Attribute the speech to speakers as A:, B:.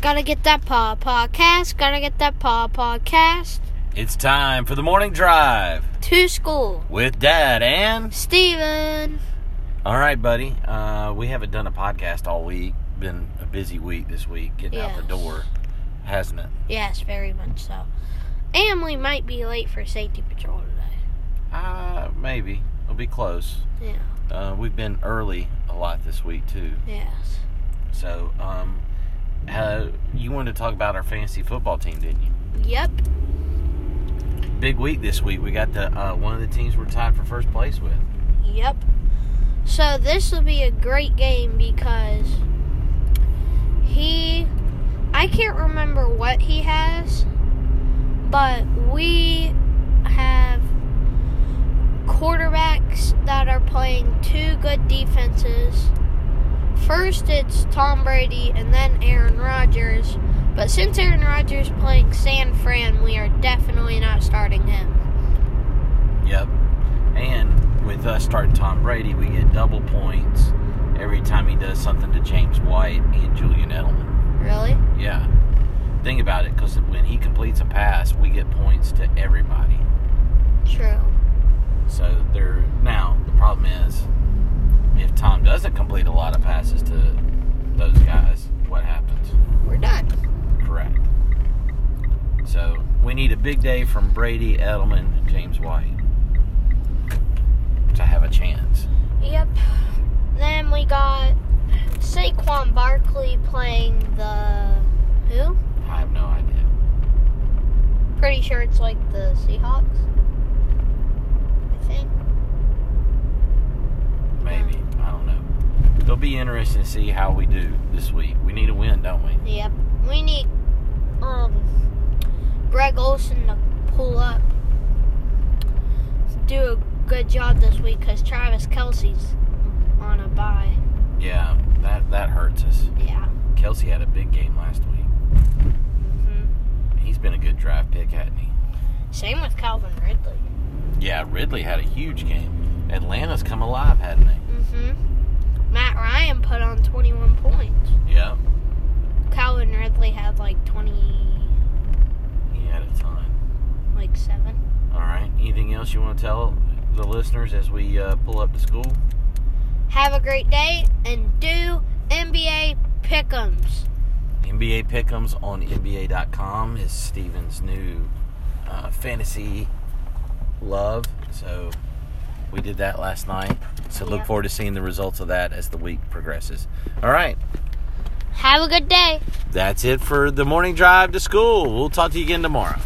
A: Gotta get that paw podcast. Gotta get that paw podcast.
B: It's time for the morning drive
A: To school.
B: with Dad and.
A: Steven.
B: All right, buddy. Uh, we haven't done a podcast all week. Been a busy week this week, getting out
A: Yes.
B: the door, hasn't it?
A: Yes, very much so. And we might be late for safety patrol today.
B: Uh, maybe. It'll be close.
A: Yeah.
B: Uh, we've been early a lot this week, too.
A: Yes.
B: So, um, uh, you wanted to talk about our fantasy football team, didn't you?
A: Yep.
B: Big week this week. We got the uh, one of the teams we're tied for first place with.
A: Yep. So this will be a great game because he I can't remember what he has, but we have quarterbacks that are playing two good defenses. First it's Tom Brady and then Aaron Rodgers. But since Aaron Rodgers playing San Fran, we are definitely not starting him.
B: Yep. And with us starting Tom Brady, we get double points every time he does something to James White and Julian Edelman.
A: Really?
B: Yeah. Think about it, because when he completes a pass, we get points to everybody.
A: True.
B: So they're now the problem is if Tom doesn't complete a lot of passes to those guys, what happens?
A: We're done.
B: Correct. So we need a big day from Brady, Edelman, and James White to have a chance.
A: Yep. Then we got Saquon Barkley playing the who?
B: I have no idea.
A: Pretty sure it's like the Seahawks. I think.
B: Maybe. I don't know. It'll be interesting to see how we do this week. We need a win, don't we?
A: Yep. We need um Greg Olson to pull up, do a good job this week because Travis Kelsey's on a bye.
B: Yeah, that, that hurts us.
A: Yeah.
B: Kelsey had a big game last week.
A: hmm
B: He's been a good draft pick, hasn't he?
A: Same with Calvin Ridley.
B: Yeah, Ridley had a huge game. Atlanta's come alive, hadn't they?
A: Mm-hmm. Matt Ryan put on 21 points.
B: Yeah.
A: Calvin Ridley had like 20,
B: He had a ton.
A: like seven.
B: All right. Anything else you want to tell the listeners as we uh, pull up to school?
A: Have a great day and do NBA pick'ems.
B: NBA Pick'ems on NBA.com is Steven's new uh, fantasy love. So we did that last night. So look
A: Yeah.
B: forward to seeing the results of that as the week progresses. All right.
A: Have a good day.
B: That's it for the morning drive to school. We'll talk to you again tomorrow.